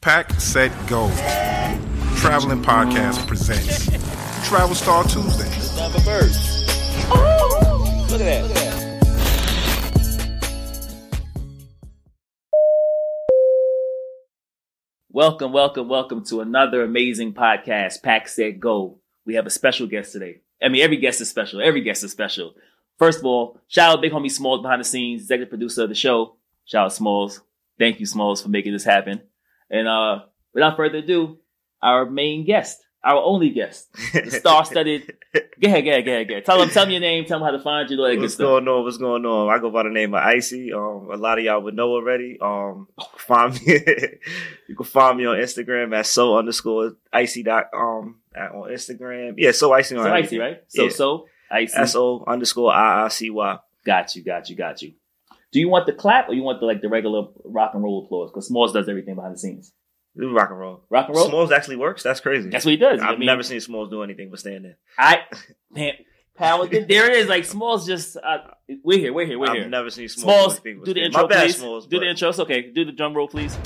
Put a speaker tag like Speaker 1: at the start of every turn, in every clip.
Speaker 1: Pack, set, go. Traveling Podcast presents Travel Star Tuesday.
Speaker 2: Love a bird. Look at that. Look at that. Welcome, welcome, welcome to another amazing podcast, Pack Set Go. We have a special guest today. I mean, every guest is special. Every guest is special. First of all, shout out Big Homie Smalls behind the scenes, executive producer of the show. Shout out Smalls. Thank you, Smalls, for making this happen. And uh, without further ado, our main guest, our only guest, the star-studded. go ahead, go ahead, go ahead, go ahead. Tell them, tell them your name, tell them how to find you, all that good
Speaker 3: What's
Speaker 2: stuff.
Speaker 3: going on? What's going on? I go by the name of Icy. Um, a lot of y'all would know already. Um, find me. you can find me on Instagram at so underscore icy dot um at, on Instagram. Yeah, so icy on
Speaker 2: So icy, right? So
Speaker 3: Yeah.
Speaker 2: so icy.
Speaker 3: S O underscore I I C Y.
Speaker 2: Got you, got you, got you. Do you want the clap or you want the like the regular rock and roll applause? Because Smalls does everything behind the scenes.
Speaker 3: Do Rock and roll.
Speaker 2: Rock and roll.
Speaker 3: Smalls actually works. That's crazy.
Speaker 2: That's what he does.
Speaker 3: I've
Speaker 2: I mean,
Speaker 3: never seen Smalls do anything but stand there.
Speaker 2: I man, pound it. There it is. Like Smalls just. Uh, we're here. We're here. We're
Speaker 3: I've
Speaker 2: here.
Speaker 3: never seen Smalls,
Speaker 2: Smalls,
Speaker 3: do anything but
Speaker 2: do the
Speaker 3: stand
Speaker 2: intro,
Speaker 3: My bad,
Speaker 2: please.
Speaker 3: Smalls.
Speaker 2: do
Speaker 3: but-
Speaker 2: the intro. It's okay. Do the drum roll, please.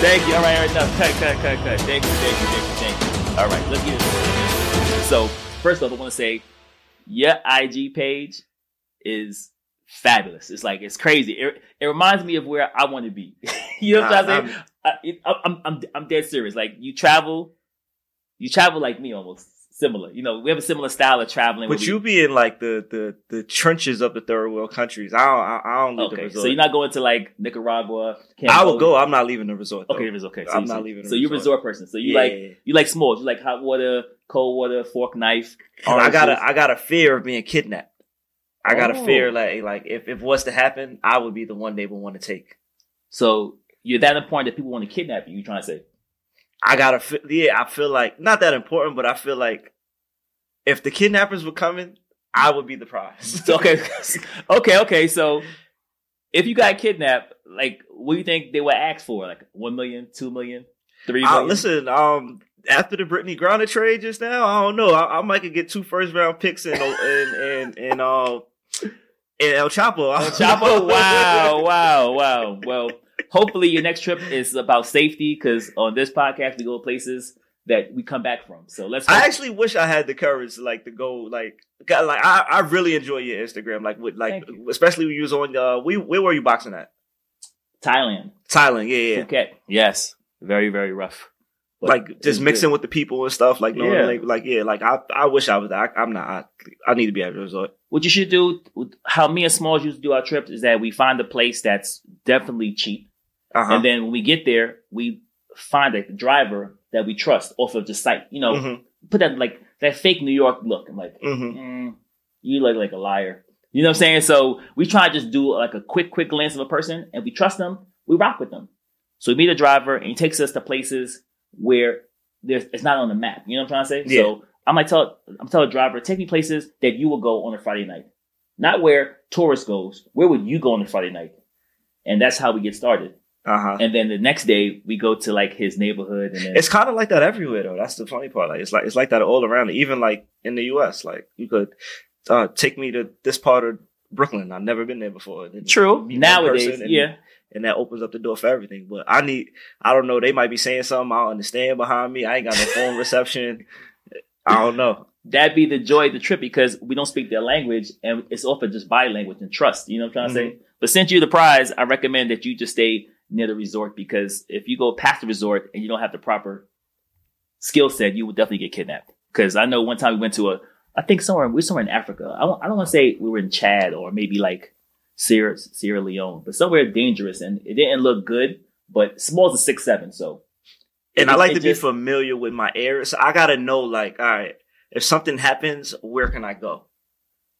Speaker 2: Thank you. All right, all right. Now, cut, cut, cut, cut. Thank you, thank you, thank you, thank you. All right, let's get it. So, first off, I want to say your IG page is fabulous. It's like it's crazy. It, it reminds me of where I want to be. you know what I'm
Speaker 3: Nah,
Speaker 2: saying? I, it, I- I'm, I'm, I'm dead serious. Like you travel, you travel like me almost similar. You know, we have a similar style of traveling. where
Speaker 3: But
Speaker 2: we-
Speaker 3: you be in like the, the the trenches of the third world countries. I don't I, I don't leave the
Speaker 2: okay?
Speaker 3: resort.
Speaker 2: So you're not going to like Nicaragua.
Speaker 3: I
Speaker 2: Cambodia?
Speaker 3: would go. I'm not leaving the resort. Though.
Speaker 2: Okay, it was okay. So
Speaker 3: I'm
Speaker 2: you-
Speaker 3: not leaving a
Speaker 2: So you're a
Speaker 3: resort.
Speaker 2: resort person. So you like you like s'mores. You like hot water, cold water, fork, knife.
Speaker 3: Cause Oh, I got
Speaker 2: oranges.
Speaker 3: a I got a fear of being kidnapped. I got
Speaker 2: Oh.
Speaker 3: a fear like like if if was to happen, I would be the one they would want to take.
Speaker 2: So you're that important that people want to kidnap you. You trying to say?
Speaker 3: I got a fe- yeah. I feel like not that important, but I feel like if the kidnappers were coming, I would be the prize.
Speaker 2: So, okay, okay, okay. So if you got kidnapped, like what do you think they were asked for? Like one million, two million, three
Speaker 3: Uh,
Speaker 2: million.
Speaker 3: listen, um, after the Brittany Griner trade just now, I don't know. I, I might could get two first round picks and and and and uh, and El Chapo.
Speaker 2: El Chapo. Oh, Wow, wow, wow. Well, hopefully your next trip is about safety because on this podcast we go places that we come back from. So let's.
Speaker 3: I actually wish I had the courage, like to go, like, got, like I, I really enjoy your Instagram, like, with, like,
Speaker 2: Thank
Speaker 3: especially when you was on, uh, we, where were you boxing at?
Speaker 2: Thailand,
Speaker 3: Thailand, yeah, yeah,
Speaker 2: Phuket. Yes, very very rough. But
Speaker 3: like
Speaker 2: it's
Speaker 3: just mixing
Speaker 2: good.
Speaker 3: with the people and stuff, like, knowing,
Speaker 2: Yeah.
Speaker 3: like, like, yeah, like, I, I wish I was, I, I'm not, I, I need to be at the resort.
Speaker 2: What you should do, with- how me and Smalls used to do our trips, is that we find a place that's definitely cheap.
Speaker 3: Uh huh.
Speaker 2: And then when we get there, we find a driver that we trust off of the site. You know,
Speaker 3: Mm-hmm,
Speaker 2: put that like that fake New York look. I'm like,
Speaker 3: mm-hmm.
Speaker 2: mm, you look like a liar. You know what I'm saying? So we try to just do like a quick, quick glance of a person, and we trust them. We rock with them. So we meet a driver, and he takes us to places where there's it's not on the map. You know what I'm trying to say?
Speaker 3: Yeah.
Speaker 2: So I might tell I'm telling a driver, take me places that you will go on a Friday night, not where tourists goes. Where would you go on a Friday night? And that's how we get started.
Speaker 3: Uh huh.
Speaker 2: And then the next day we go to like his neighborhood, and then
Speaker 3: It's kind of like that everywhere, though. That's the funny part. Like, it's like, it's like that all around, even like in the U.S., like, you could, uh, take me to this part of Brooklyn. I've never been there before. And
Speaker 2: true
Speaker 3: meet one
Speaker 2: nowadays.
Speaker 3: person and-
Speaker 2: yeah,
Speaker 3: and that opens up the door for everything. But I need, I don't know, they might be saying something I don't understand behind me. I ain't got no phone reception. I don't know.
Speaker 2: that'd be the joy of the trip because we don't speak their language and it's often just body language and trust. You know what I'm trying to
Speaker 3: Mm-hmm.
Speaker 2: say? But since you're the prize, I recommend that you just stay near the resort because if you go past the resort and you don't have the proper skill set, you will definitely get kidnapped. Because I know one time we went to a, I think somewhere, we were somewhere in Africa. I don't, I don't want to say we were in Chad or maybe like Sierra, Sierra Leone, but somewhere dangerous and it didn't look good, but small's a six, seven. So
Speaker 3: And I
Speaker 2: It-
Speaker 3: like
Speaker 2: it
Speaker 3: to
Speaker 2: just-
Speaker 3: be familiar with my areas. So I gotta know, like, all right, if something happens, where can I go?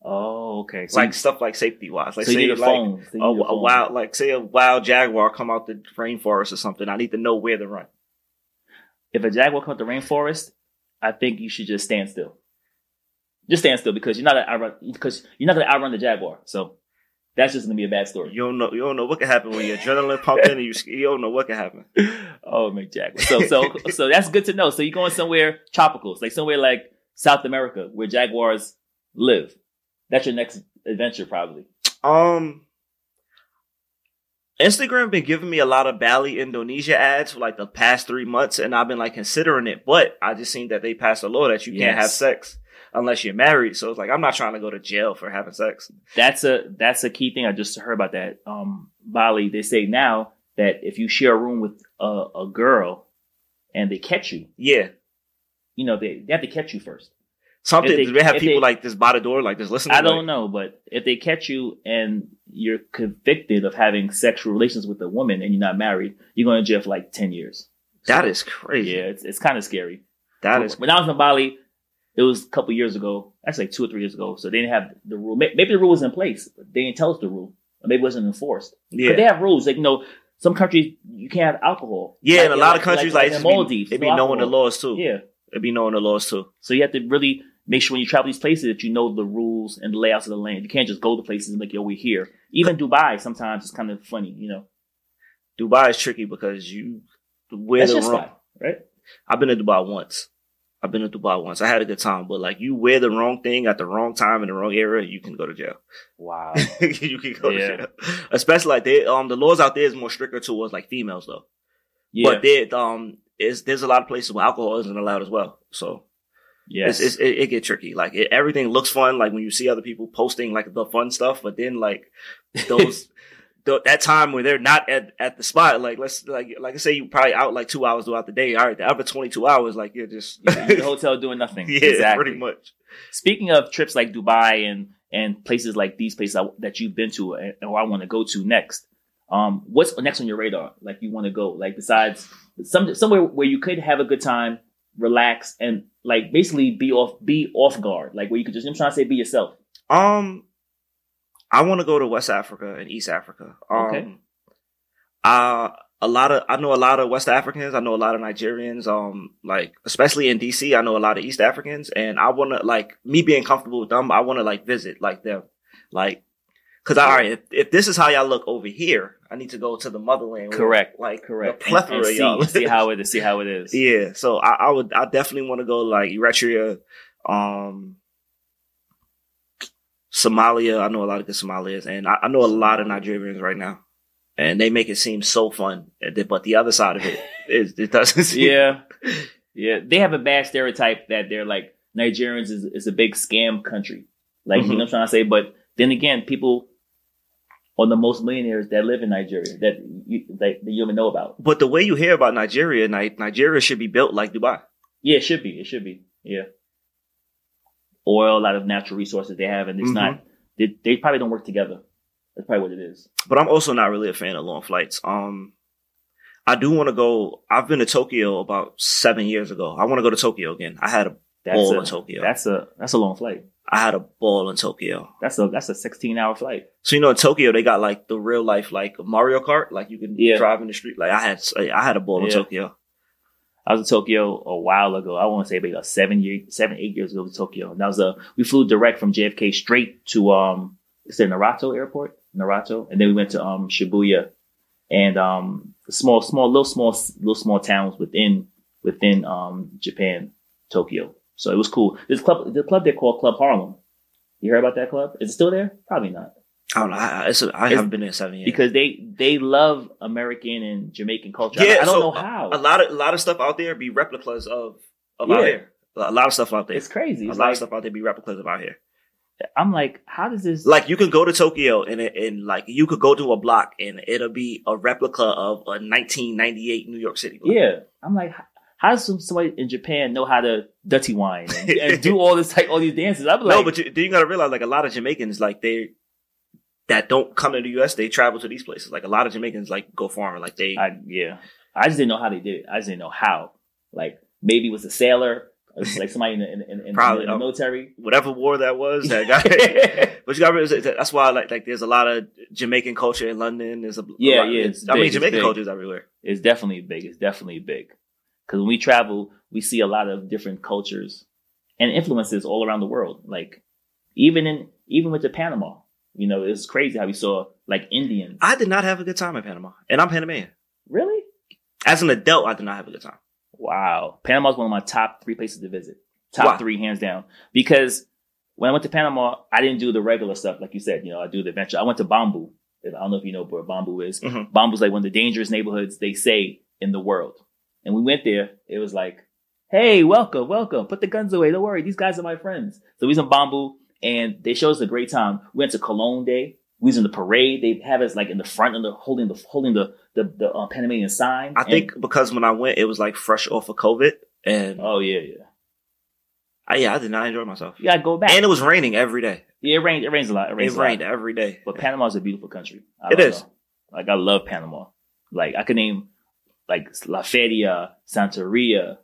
Speaker 2: Oh, okay. So
Speaker 3: Like
Speaker 2: you,
Speaker 3: stuff like safety wise, like
Speaker 2: so you
Speaker 3: say
Speaker 2: need a
Speaker 3: like
Speaker 2: phone. So
Speaker 3: a,
Speaker 2: you need
Speaker 3: a
Speaker 2: phone.
Speaker 3: wild, like say a wild jaguar come out the rainforest or something. I need to know where to run.
Speaker 2: if a jaguar comes to rainforest, I think you should just stand still. Just stand still because you're not gonna outrun because you're not gonna outrun the jaguar. So that's just gonna be a bad story.
Speaker 3: You don't know, you don't know what can happen when your adrenaline pump in, and you you don't know what can happen.
Speaker 2: oh, McJaguar. So so so that's good to know. So you're going somewhere tropical, like somewhere like South America where jaguars live. That's your next adventure, probably.
Speaker 3: Um, Instagram been giving me a lot of Bali Indonesia ads for like the past three months, and I've been like considering it, but I just seen that they passed a law that you can't
Speaker 2: Yes.
Speaker 3: have sex unless you're married. So it's like I'm not trying to go to jail for having sex.
Speaker 2: That's a that's a key thing. I just heard about that. Um, Bali, they say now that if you share a room with a, a girl and they catch you,
Speaker 3: Yeah,
Speaker 2: you know they, they have to catch you first.
Speaker 3: something.
Speaker 2: If they-
Speaker 3: do they have
Speaker 2: if
Speaker 3: people
Speaker 2: they-
Speaker 3: like this by the door, like this listening?
Speaker 2: I don't know, but if they catch you and you're convicted of having sexual relations with a woman and you're not married, you're going to jail for like ten years.
Speaker 3: That is crazy.
Speaker 2: Yeah, it's it's kind of scary.
Speaker 3: That is
Speaker 2: when I was in Bali, it was a couple years ago. Actually, like two or three years ago. So they didn't have the rule. May- Maybe the rule was in place. But they didn't tell us the rule, or maybe it wasn't enforced. But they
Speaker 3: yeah.
Speaker 2: have rules. Like you know, some countries you can't have alcohol.
Speaker 3: Yeah,
Speaker 2: Like-
Speaker 3: in a lot of countries, like,
Speaker 2: in
Speaker 3: it's
Speaker 2: the Maldives,
Speaker 3: be, it be
Speaker 2: no
Speaker 3: knowing the
Speaker 2: alcohol.
Speaker 3: laws too.
Speaker 2: Yeah,
Speaker 3: It be knowing the laws too.
Speaker 2: so you have to really make sure when you travel these places that you know the rules and the layouts of the land. You can't just go to places and like, yo, we're here. Even Dubai sometimes it's kind of funny, you know.
Speaker 3: Dubai is tricky because you wear
Speaker 2: That's
Speaker 3: the
Speaker 2: just
Speaker 3: wrong.
Speaker 2: fine, right?
Speaker 3: I've been to Dubai once. I've been to Dubai once. I had a good time, but like you wear the wrong thing at the wrong time in the wrong area, you can go to jail.
Speaker 2: Wow.
Speaker 3: you can go
Speaker 2: Yeah.
Speaker 3: to jail. Especially like they um the laws out there is more stricter towards like females though.
Speaker 2: Yeah,
Speaker 3: But they um is there's a lot of places where alcohol isn't allowed as well. So
Speaker 2: yes.
Speaker 3: it's, it's, it, it get tricky. Like it, everything looks fun. Like when you see other people posting like the fun stuff, but then like those th- that time where they're not at, at the spot. Like let's like like I say, you probably out like two hours throughout the day. All right, the other twenty two hours, like you're just
Speaker 2: You're in the hotel doing nothing.
Speaker 3: yeah, pretty much.
Speaker 2: Speaking of trips like Dubai and and places like these places I, that you've been to and, or I want to go to next, um, what's next on your radar? Like you want to go? Like besides some somewhere where you could have a good time, relax, and like basically be off be off guard. Like where you could just I'm trying to say be yourself.
Speaker 3: Um, I want to go to West Africa and East Africa. Um,
Speaker 2: Okay.
Speaker 3: Uh, a lot of I know a lot of West Africans. I know a lot of Nigerians. Um, like especially in DC, I know a lot of East Africans, and I want to like me being comfortable with them. I want to like visit like them, like because all right, if, if this is how y'all look over here, I need to go to the motherland. where,
Speaker 2: Correct.
Speaker 3: Like
Speaker 2: Correct.
Speaker 3: A plethora
Speaker 2: and, and
Speaker 3: of
Speaker 2: see,
Speaker 3: y'all.
Speaker 2: see how it is. See how it is.
Speaker 3: Yeah, so I, I would I definitely want to go like Eritrea, um, Somalia. I know a lot of good Somalians, and I, I know a lot of Nigerians right now, and they make it seem so fun. and then- But the other side of it is it doesn't. Seem,
Speaker 2: yeah, yeah. They have a bad stereotype that they're like Nigerians is, is a big scam country. Like
Speaker 3: Mm-hmm.
Speaker 2: you know what I'm trying to say. But then again, people are the most millionaires that live in Nigeria that you that, that you even know about.
Speaker 3: But the way you hear about Nigeria, Ni- Nigeria should be built like Dubai.
Speaker 2: Yeah, it should be. It should be. Yeah. Oil, a lot of natural resources they have, and it's
Speaker 3: Mhm.
Speaker 2: not. They, they probably don't work together. That's probably what it is.
Speaker 3: But I'm also not really a fan of long flights. Um, I do want to go. I've been to Tokyo about seven years ago. I want to go to Tokyo again. I had a
Speaker 2: That's
Speaker 3: All
Speaker 2: a,
Speaker 3: in Tokyo.
Speaker 2: That's a that's a long flight.
Speaker 3: I had a ball in Tokyo.
Speaker 2: That's a that's a 16 hour flight.
Speaker 3: So you know, in Tokyo they got like the real life like Mario Kart, like you can
Speaker 2: Yeah.
Speaker 3: drive in the street. Like I had, I had a ball in
Speaker 2: Yeah.
Speaker 3: Tokyo.
Speaker 2: I was in Tokyo a while ago. I want to say about seven year, seven eight years ago to Tokyo. And that was a we flew direct from JFK straight to um it's it Narato Airport, Narato, and then we went to um Shibuya and um small small little small little small towns within within um Japan Tokyo. So it was cool. This club the club they call Club Harlem. You heard about that club? Is it still there? Probably not
Speaker 3: I don't know. I, I- it's, I
Speaker 2: It's-
Speaker 3: haven't been there in seven years.
Speaker 2: because they they love American and Jamaican culture. I, I don't
Speaker 3: so
Speaker 2: know
Speaker 3: a-
Speaker 2: how.
Speaker 3: A, lot of a lot of stuff out there be replicas of of
Speaker 2: Yeah.
Speaker 3: out here. A lot of stuff out there.
Speaker 2: it's crazy.
Speaker 3: a
Speaker 2: It's
Speaker 3: lot
Speaker 2: like,
Speaker 3: of stuff out there be replicas of out here.
Speaker 2: I'm like, how does this?
Speaker 3: Like you can go to Tokyo and it- and like you could go to a block and it'll be a replica of a 1998 New York City. block.
Speaker 2: Yeah, I'm like, h- how does some- somebody in Japan know how to dirty wine and, and do all this like all these dances? I'm like,
Speaker 3: no, but you, then you got to realize like a lot of Jamaicans like they that don't come to the U.S. They travel to these places. Like a lot of Jamaicans like go farming. Like they
Speaker 2: I, yeah, I just didn't know how they did it. I just didn't know how. Like maybe it was a sailor, it was like somebody in the, in, in, in,
Speaker 3: Probably,
Speaker 2: in the
Speaker 3: um,
Speaker 2: military.
Speaker 3: whatever war that was that got. but you got to realize that- that's why like like there's a lot of Jamaican culture in London. There's a
Speaker 2: Yeah,
Speaker 3: a lot-
Speaker 2: yeah,
Speaker 3: it's-
Speaker 2: it's
Speaker 3: I
Speaker 2: big,
Speaker 3: mean
Speaker 2: it's
Speaker 3: Jamaican
Speaker 2: big.
Speaker 3: culture is everywhere.
Speaker 2: it's definitely big. It's definitely big because when we travel, we see a lot of different cultures and influences all around the world. Like even in even with the Panama, you know, it's crazy how we saw like Indians.
Speaker 3: I did not have a good time in Panama, and I'm Panamanian.
Speaker 2: Really?
Speaker 3: As an adult, I did not have a good time.
Speaker 2: Wow. Panama is one of my top three places to visit. Top
Speaker 3: Why?
Speaker 2: three, hands down. Because when I went to Panama, I didn't do the regular stuff, like you said. You know, I do the adventure. I went to Bamboo. I don't know if you know where Bambu is.
Speaker 3: Mhm.
Speaker 2: Bambu's like one of the dangerous neighborhoods they say in the world. And we went there. It was like, hey, welcome, welcome. Put the guns away. Don't worry. These guys are my friends. So we was in Bambu and they showed us a great time. We went to Cologne Day. We was in the parade. They have us like in the front and the holding the holding the the, the uh, Panamanian sign.
Speaker 3: I
Speaker 2: And-
Speaker 3: think because when I went, it was like fresh off of COVID, and
Speaker 2: Oh yeah, yeah.
Speaker 3: I, yeah, I did not enjoy myself.
Speaker 2: You gotta go back.
Speaker 3: And it was raining every day.
Speaker 2: yeah, it rained. It rains a lot. It rains.
Speaker 3: It
Speaker 2: a lot.
Speaker 3: rained every day.
Speaker 2: But Panama is a beautiful country. I
Speaker 3: It
Speaker 2: don't
Speaker 3: is.
Speaker 2: know. Like I love Panama. Like I could name like La Feria, Santeria.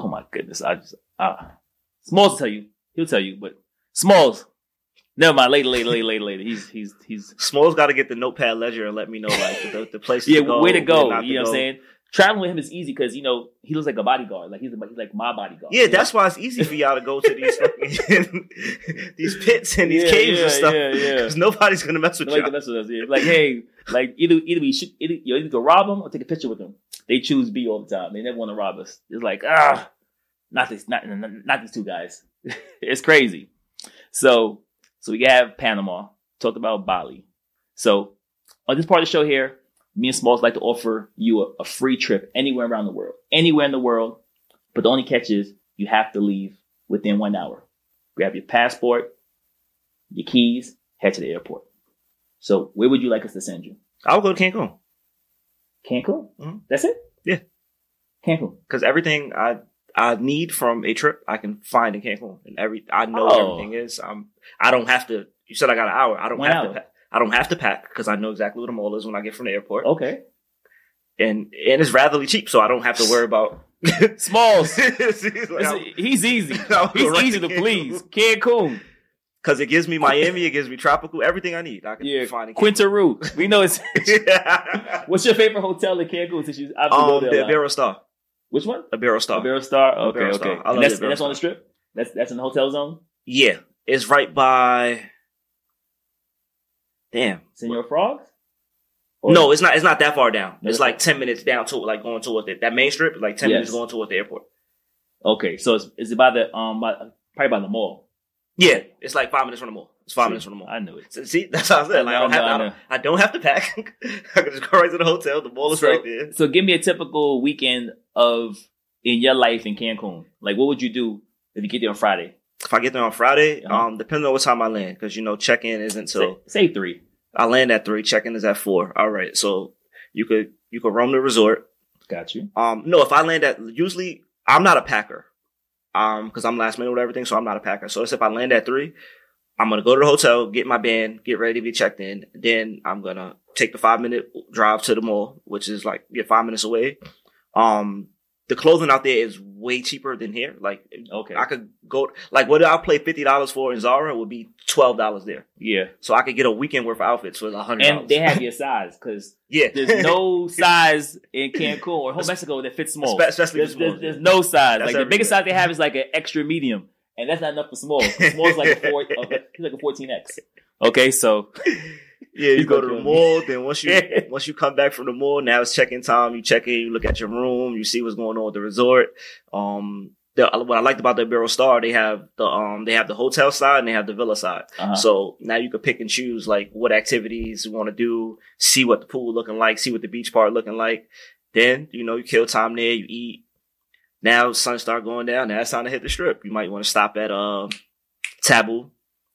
Speaker 2: Oh my goodness! I just uh, Smalls will tell you. He'll tell you. But Smalls, never mind. Later, later, later, later, later. He's he's he's
Speaker 3: Small's got to get the notepad ledger and let me know like the, the places.
Speaker 2: yeah.
Speaker 3: to go,
Speaker 2: way to go.
Speaker 3: not
Speaker 2: You know what I'm saying? Traveling with him is easy because you know he looks like a bodyguard. Like he's, a, he's like my bodyguard.
Speaker 3: Yeah, that's why it's easy for y'all to go to these fucking these pits and these
Speaker 2: Yeah,
Speaker 3: caves
Speaker 2: yeah,
Speaker 3: and stuff.
Speaker 2: yeah, yeah.
Speaker 3: Because nobody's gonna mess with
Speaker 2: Nobody
Speaker 3: y'all.
Speaker 2: can mess with us. Yeah. Like, uh, hey, like either either we shoot, either, you either go rob them or take a picture with them. They choose B all the time. They never want to rob us. It's like ah, not these, not not, not these two guys. it's crazy. So so we have Panama. Talked about Bali. So on this part of the show here, me and Smalls like to offer you a, a free trip anywhere around the world, anywhere in the world. But the only catch is you have to leave within one hour. Grab your passport, your keys, head to the airport. So where would you like us to send you?
Speaker 3: I'll go to Cancun
Speaker 2: Cancun?
Speaker 3: Mhm.
Speaker 2: That's it?
Speaker 3: Yeah.
Speaker 2: Cancun.
Speaker 3: because everything I I need from a trip I can find in Cancun, and every I know what
Speaker 2: Oh.
Speaker 3: everything is. I'm I don't have to. You said I got an hour. I don't
Speaker 2: One
Speaker 3: have
Speaker 2: hour.
Speaker 3: to. pa- I don't have to pack because I know exactly what a mall is when I get from the airport,
Speaker 2: Okay.
Speaker 3: and and it's ratherly cheap, so I don't have to worry about.
Speaker 2: Smalls.
Speaker 3: Because
Speaker 2: he's e-, easy.
Speaker 3: I'll go right to Cancun.
Speaker 2: Cancun.
Speaker 3: it gives me Miami, it gives me tropical, everything I need. I can
Speaker 2: Yeah.
Speaker 3: find in
Speaker 2: Quintaroo. We know it's.
Speaker 3: Cancun.
Speaker 2: What's your favorite hotel in Cancun since you obviously go
Speaker 3: um,
Speaker 2: there a
Speaker 3: the
Speaker 2: lot?
Speaker 3: Iberostar.
Speaker 2: Which one?
Speaker 3: Iberostar.
Speaker 2: Iberostar. Okay,
Speaker 3: Iberostar.
Speaker 2: okay.
Speaker 3: I love
Speaker 2: And that's,
Speaker 3: the
Speaker 2: and that's on the
Speaker 3: Iberostar.
Speaker 2: strip? That's that's in the hotel zone?
Speaker 3: Yeah, it's right by. Damn.
Speaker 2: Senor Frogs?
Speaker 3: No, it's not. It's not that far down.
Speaker 2: No,
Speaker 3: it's
Speaker 2: it's
Speaker 3: like ten minutes down to like going towards the, that main strip. Like ten
Speaker 2: Yes.
Speaker 3: minutes going towards the airport.
Speaker 2: Okay, so it's, is it by the, um, by, probably by the mall?
Speaker 3: Yeah, it's like five minutes from the mall. It's five minutes from the mall.
Speaker 2: I knew it.
Speaker 3: So, See, that's how I said. Like, I, don't
Speaker 2: I know,
Speaker 3: have, I,
Speaker 2: I
Speaker 3: don't,
Speaker 2: know.
Speaker 3: I don't have to pack. I can just go right to the hotel. The mall is
Speaker 2: So-
Speaker 3: right there.
Speaker 2: So give me a typical weekend of in your life in Cancun. Like what would you do if you get there on Friday?
Speaker 3: If I get there on Friday,
Speaker 2: Uh-huh.
Speaker 3: um, depending on what time I land, because you know check in isn't till
Speaker 2: say, say three.
Speaker 3: I land at three. Check in is at four. All right, so you could you could roam the resort.
Speaker 2: Got you.
Speaker 3: Um, no, if I land at usually I'm not a packer. Um, because I'm last minute with everything, so I'm not a packer. So it's if I land at three, I'm gonna go to the hotel, get my band, get ready to be checked in. Then I'm gonna take the five minute drive to the mall, which is like get five minutes away. Um, the clothing out there is way cheaper than here. Like
Speaker 2: Okay.
Speaker 3: I could go like what I play fifty dollars for in Zara would be twelve dollars there.
Speaker 2: yeah.
Speaker 3: So I could get a weekend worth of outfits for hundred dollars.
Speaker 2: And they have your size because
Speaker 3: yeah,
Speaker 2: there's no size in Cancun or whole Mexico that fits small.
Speaker 3: Espe- especially
Speaker 2: there's,
Speaker 3: for
Speaker 2: there's,
Speaker 3: small.
Speaker 2: there's no size.
Speaker 3: That's
Speaker 2: like the biggest
Speaker 3: everywhere.
Speaker 2: size they have is like an extra medium, and that's not enough for small. Small's like a four, okay, he's like a fourteen X. Okay, so
Speaker 3: Yeah, you
Speaker 2: He's
Speaker 3: go
Speaker 2: gonna
Speaker 3: to the
Speaker 2: kill
Speaker 3: mall. Then once you once you come back from the mall, now it's check-in time. You check in, you look at your room, you see what's going on at the resort. Um, the, what I liked about the Ibero Star, they have the um they have the hotel side and they have the villa side.
Speaker 2: uh
Speaker 3: So now you can pick and choose like what activities you want to do, see what the pool looking like, see what the beach part looking like. Then you know you kill time there, you eat. Now sun start going down. Now it's time to hit the strip. You might want to stop at um Taboo.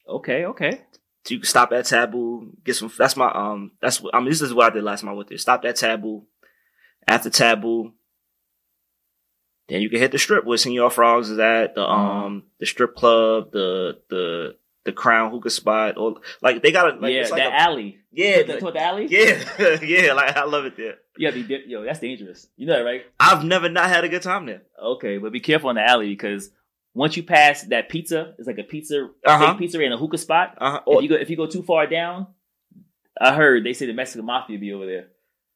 Speaker 2: okay, okay,
Speaker 3: So you can stop at Taboo, get some. That's my um. That's what I mean. This is what I did last time I went there. Stop at Taboo. After Taboo, then you can hit the strip where Senor Frogs is at the
Speaker 2: Uh-huh.
Speaker 3: um the strip club, the the the Crown Hookah spot, or like they got a like,
Speaker 2: yeah,
Speaker 3: it's
Speaker 2: that
Speaker 3: like a,
Speaker 2: alley,
Speaker 3: yeah,
Speaker 2: the,
Speaker 3: the-
Speaker 2: toward the alley,
Speaker 3: yeah, yeah. Like I love it there.
Speaker 2: yeah, the dip- yo, that's dangerous. You know that, right?
Speaker 3: I've never not had a good time there.
Speaker 2: Okay, but be careful in the alley because once you pass that pizza, it's like a pizza,
Speaker 3: Uh-huh.
Speaker 2: big pizzeria and a hookah spot.
Speaker 3: Uh huh.
Speaker 2: If you go if you go too far down, I heard they say the Mexican mafia be over there.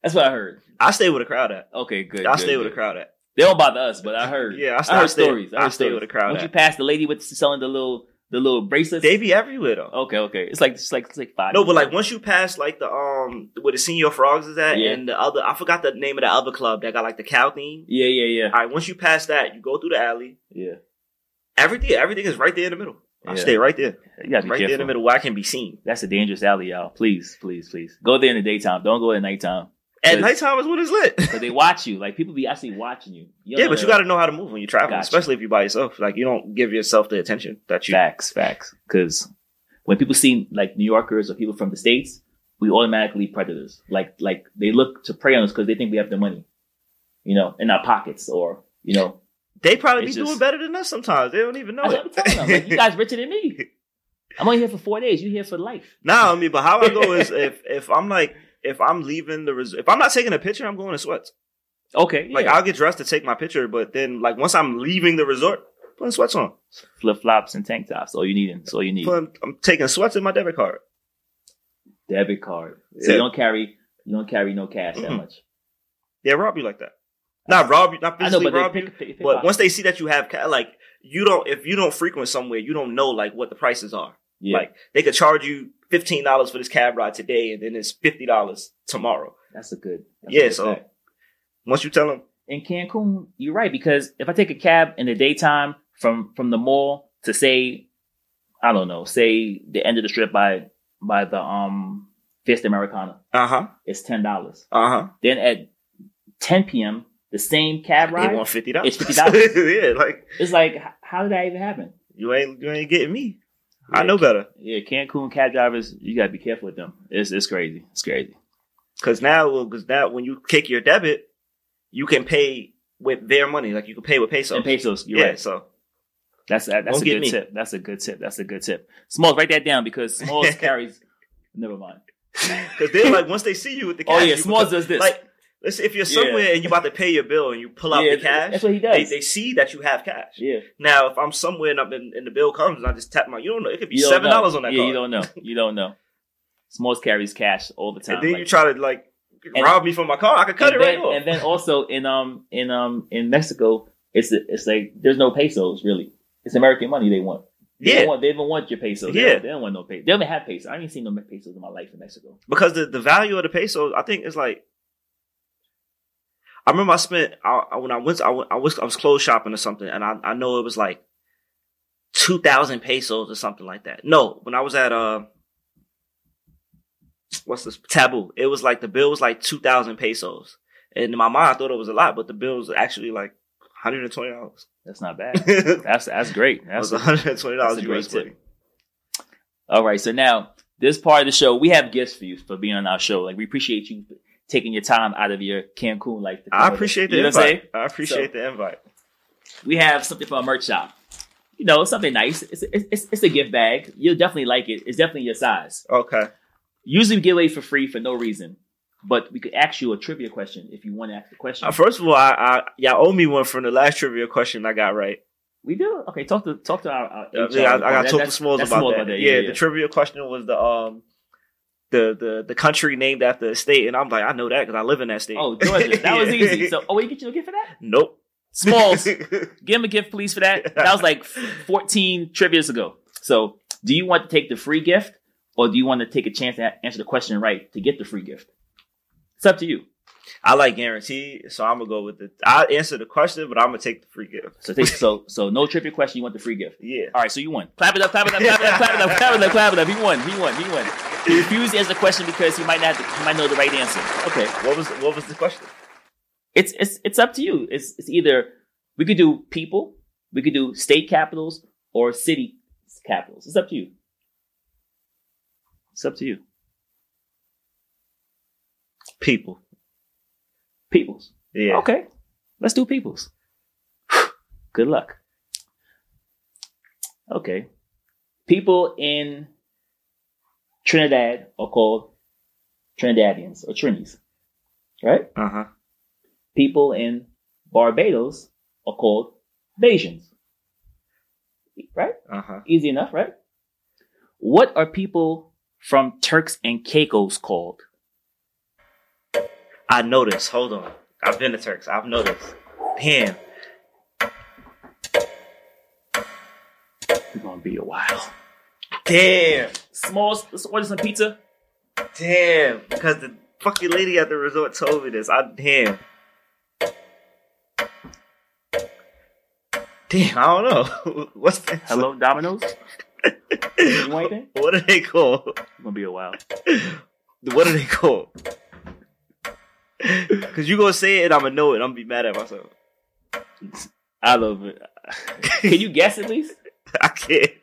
Speaker 2: That's what I heard.
Speaker 3: I stay with a crowd at.
Speaker 2: Okay, good.
Speaker 3: I
Speaker 2: good,
Speaker 3: stay with
Speaker 2: good.
Speaker 3: a crowd at.
Speaker 2: They don't bother us, but I heard.
Speaker 3: Yeah, I stay-
Speaker 2: I
Speaker 3: I
Speaker 2: heard
Speaker 3: stay-
Speaker 2: stories.
Speaker 3: I
Speaker 2: heard
Speaker 3: stay with
Speaker 2: stories.
Speaker 3: the crowd
Speaker 2: Once you
Speaker 3: at.
Speaker 2: pass the lady with selling the little the little bracelets.
Speaker 3: They be everywhere though.
Speaker 2: okay, okay. It's like it's like it's like five.
Speaker 3: No, but like once you pass like the um where the senior frogs is at
Speaker 2: Yeah.
Speaker 3: and the other I forgot the name of the other club that got like the cow theme.
Speaker 2: yeah, yeah, yeah,
Speaker 3: All right, once you pass that, you go through the alley.
Speaker 2: yeah.
Speaker 3: Everything, everything is right there in the middle. I
Speaker 2: Yeah.
Speaker 3: stay right there,
Speaker 2: You gotta be
Speaker 3: right there in the
Speaker 2: careful.
Speaker 3: middle where I can be seen.
Speaker 2: That's a dangerous alley, y'all. Please, please, please. Go there in the daytime. Don't go at nighttime.
Speaker 3: At
Speaker 2: Good.
Speaker 3: nighttime is when it's lit.
Speaker 2: Because they watch you. Like people be actually watching you.
Speaker 3: yeah, but you got to know how to move when you're traveling,
Speaker 2: Gotcha.
Speaker 3: especially if you're by yourself. Like you don't give yourself the attention that you.
Speaker 2: facts, facts. Because when people see like New Yorkers or people from the states, we automatically predators. Like like they look to prey on us because they think we have the money, you know, in our pockets or you know.
Speaker 3: They probably be
Speaker 2: It's
Speaker 3: doing
Speaker 2: just-
Speaker 3: better than us sometimes. They don't even know
Speaker 2: That's what I'm
Speaker 3: it.
Speaker 2: telling them. Like, you guys richer than me. I'm only here for four days. You here for life?
Speaker 3: Nah, I mean, but how I go is if if I'm like if I'm leaving the res- if I'm not taking a picture, I'm going to sweats.
Speaker 2: Okay,
Speaker 3: Like I'll get dressed to take my picture, but then like once I'm leaving the resort, putting sweats on.
Speaker 2: flip flops and tank tops. All you need. That's all you need.
Speaker 3: Putting, I'm taking sweats in my debit card.
Speaker 2: Debit card. So
Speaker 3: Yeah.
Speaker 2: you don't carry. You don't carry no cash that
Speaker 3: Mm-mm.
Speaker 2: much.
Speaker 3: They rob you like that. Not rob you, not
Speaker 2: I know,
Speaker 3: physically
Speaker 2: but they
Speaker 3: rob
Speaker 2: pick,
Speaker 3: you.
Speaker 2: pick, pick,
Speaker 3: But once they see that you have ca- like you don't if you don't frequent somewhere, you don't know like what the prices are.
Speaker 2: yeah,
Speaker 3: Like they could charge you fifteen dollars for this cab ride today, and then it's fifty dollars tomorrow.
Speaker 2: that's a good. That's
Speaker 3: Yeah,
Speaker 2: a good
Speaker 3: so-
Speaker 2: fact.
Speaker 3: Once you tell them,
Speaker 2: in Cancun, you're right because if I take a cab in the daytime from from the mall to say, I don't know, say the end of the strip by by the um Fiesta Americana,
Speaker 3: uh huh,
Speaker 2: it's ten dollars.
Speaker 3: uh huh,
Speaker 2: Then at 10 p.m. the same cab
Speaker 3: they
Speaker 2: ride,
Speaker 3: want fifty dollars.
Speaker 2: It's $50.
Speaker 3: yeah, like
Speaker 2: it's like h- how did that even happen?
Speaker 3: you ain't you ain't getting me. I
Speaker 2: Yeah,
Speaker 3: know better
Speaker 2: Yeah, Cancun cab drivers, you gotta be careful with them. It's it's crazy. It's crazy.
Speaker 3: because now because now when you kick your debit, you can pay with their money. Like you can pay with pesos.
Speaker 2: and pesos, you're
Speaker 3: yeah,
Speaker 2: right.
Speaker 3: so
Speaker 2: That's that, that's
Speaker 3: Don't
Speaker 2: a
Speaker 3: get
Speaker 2: good
Speaker 3: me.
Speaker 2: tip. That's a good tip. That's a good tip. Smalls, write that down because Smalls carries. Never mind.
Speaker 3: because they're like once they see you with the
Speaker 2: Oh
Speaker 3: cash,
Speaker 2: yeah,
Speaker 3: you-
Speaker 2: Smalls does this.
Speaker 3: Like, let's say if you're
Speaker 2: Yeah.
Speaker 3: somewhere and you about to pay your bill and you pull out
Speaker 2: Yeah,
Speaker 3: the cash,
Speaker 2: that's what he
Speaker 3: they,
Speaker 2: does.
Speaker 3: they see that you have cash.
Speaker 2: yeah,
Speaker 3: Now, if I'm somewhere and, I'm in, and the bill comes and I just tap my, you don't know, it could be
Speaker 2: You don't
Speaker 3: seven dollars
Speaker 2: know.
Speaker 3: on that
Speaker 2: Yeah,
Speaker 3: card.
Speaker 2: you don't know. You don't know. Smalls carries cash all the time.
Speaker 3: and then
Speaker 2: like-
Speaker 3: you try to like
Speaker 2: And-
Speaker 3: rob me from my car, I could cut it
Speaker 2: and
Speaker 3: right
Speaker 2: then,
Speaker 3: off.
Speaker 2: and then also in um in um in Mexico, it's it's like there's no pesos really. It's American money they want. They
Speaker 3: yeah,
Speaker 2: don't want, they don't want your pesos. They
Speaker 3: Yeah.
Speaker 2: don't, they don't want no pesos. They don't even have pesos. I ain't seen no pesos in my life in Mexico.
Speaker 3: because the, the value of the peso, I think is like. I remember I spent I, I- when I went, I went, I was I was clothes shopping or something, and I, I know it was like two thousand pesos or something like that. No, when I was at uh, what's this taboo? It was like the bill was like two thousand pesos, and in my mind I thought it was a lot, but the bill was actually like hundred and twenty dollars.
Speaker 2: That's not bad.
Speaker 3: it
Speaker 2: that's that's great. That's
Speaker 3: was hundred and twenty
Speaker 2: that's
Speaker 3: dollars
Speaker 2: a great
Speaker 3: US
Speaker 2: tip.
Speaker 3: money.
Speaker 2: All right, so now this part of the show, we have gifts for you for being on our show. Like we appreciate you taking your time out of your Cancun life. to come
Speaker 3: I
Speaker 2: with us.
Speaker 3: appreciate the
Speaker 2: You know what I'm saying?
Speaker 3: invite. I appreciate the invite.
Speaker 2: We have something for our merch shop. You know, something nice. It's, it's, it's, it's a gift bag. You'll definitely like it. It's definitely your size.
Speaker 3: Okay.
Speaker 2: Usually we give away for free for no reason, but we could ask you a trivia question if you want to ask the question.
Speaker 3: Uh, First of all, I, I y'all owe me one from the last trivia question I got right. Uh,
Speaker 2: we do okay. Talk to talk to our. our HR.
Speaker 3: I, I, I got
Speaker 2: That-
Speaker 3: talk to
Speaker 2: that's-
Speaker 3: Smalls
Speaker 2: that's
Speaker 3: about
Speaker 2: Smalls
Speaker 3: that. Yeah, the trivia question was the um the the the country named after a state, and I'm like, I know that because I live in that state.
Speaker 2: Oh, Georgia. That was
Speaker 3: Yeah.
Speaker 2: easy. So, oh, wait, get you a gift for that?
Speaker 3: nope.
Speaker 2: Smalls. Give him a gift, please, for that. That was like 14 trivias ago. So, do you want to take the free gift or do you want to take a chance to a- answer the question right to get the free gift? It's up to you.
Speaker 3: I like guarantee, so I'm gonna go with it. I answer the question, but I'm gonna take the free gift.
Speaker 2: So, take, so, so no trivia question. You want the free gift.
Speaker 3: Yeah.
Speaker 2: All right, so you won. Clap it up, clap it up, clap it up, clap it up, clap it up, clap it up. He won, he won, he won. He refused to answer the question because he might not, he might know the right answer. Okay,
Speaker 3: What was what was the question?
Speaker 2: it's it's it's up to you. It's it's either we could do people, we could do state capitals or city capitals. It's up to you. It's up to you.
Speaker 3: People.
Speaker 2: Peoples.
Speaker 3: Yeah.
Speaker 2: Okay. Let's do peoples. Good luck. Okay. People in Trinidad are called Trinidadians or Trinis, right?
Speaker 3: Uh huh.
Speaker 2: people in Barbados are called Bajans. Right?
Speaker 3: Uh huh.
Speaker 2: Easy enough, right? What are people from Turks and Caicos called?
Speaker 3: I know this. Hold on. I've been to Turks. I've noticed. Damn.
Speaker 2: It's gonna be a while.
Speaker 3: Damn.
Speaker 2: Smalls, let's order some pizza.
Speaker 3: Damn, because the fucking lady at the resort told me this. I damn. Damn, I don't know. What's the
Speaker 2: Hello, Domino's. You want anything?
Speaker 3: What are they called?
Speaker 2: It's gonna be a while.
Speaker 3: What are they called? Cause you gonna say it and I'ma know it. I'm gonna be mad at myself.
Speaker 2: I love it. Can you guess at least?
Speaker 3: I can't.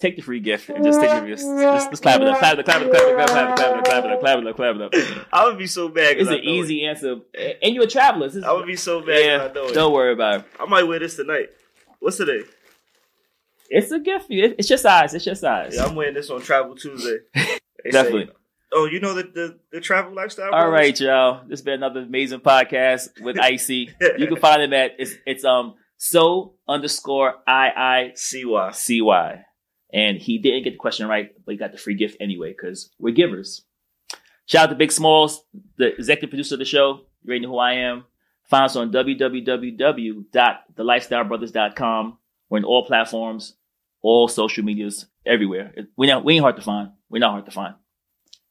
Speaker 2: Take the free gift and just take the just, just, just clap it up, clap it up, clap it up, clap it up, clap it up, clap it up, clap it up, clap it up, clap it up.
Speaker 3: I would be so mad. 'cause
Speaker 2: It's
Speaker 3: I
Speaker 2: an
Speaker 3: know it.
Speaker 2: easy answer, and you're a traveler. This is-
Speaker 3: I would be so mad.
Speaker 2: yeah,
Speaker 3: Yeah, I know it.
Speaker 2: don't worry about it.
Speaker 3: I might wear this tonight. What's today?
Speaker 2: It's a gift. It- It's your size. It's your size.
Speaker 3: Yeah, I'm wearing this on Travel Tuesday. They
Speaker 2: Definitely.
Speaker 3: say- oh, you know the the, the travel lifestyle.
Speaker 2: All
Speaker 3: brothers?
Speaker 2: right, y'all. This has been another amazing podcast with Icy. you can find him at it's it's um so underscore i i
Speaker 3: See why?
Speaker 2: c y, and he didn't get the question right, but he got the free gift anyway because we're givers. Shout out to Big Smalls, the executive producer of the show. You already know who I am. Find us on www.thelifestylebrothers.com. We're in all platforms, all social medias, everywhere. We not we ain't hard to find. We're not hard to find.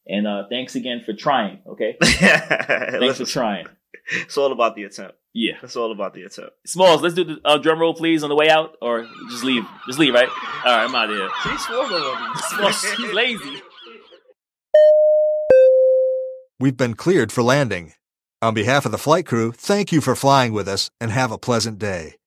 Speaker 2: And uh, thanks again for trying. Okay. Thanks for
Speaker 3: Listen,
Speaker 2: trying.
Speaker 3: it's all about the attempt.
Speaker 2: Yeah.
Speaker 3: It's all about the attempt.
Speaker 2: Smalls, let's do the uh, drum roll, please, on the way out, or just leave. Just leave, right? All right, I'm out of here.
Speaker 3: She's smaller on me.
Speaker 2: Smalls, she's lazy.
Speaker 4: We've been cleared for landing. On behalf of the flight crew, thank you for flying with us and have a pleasant day.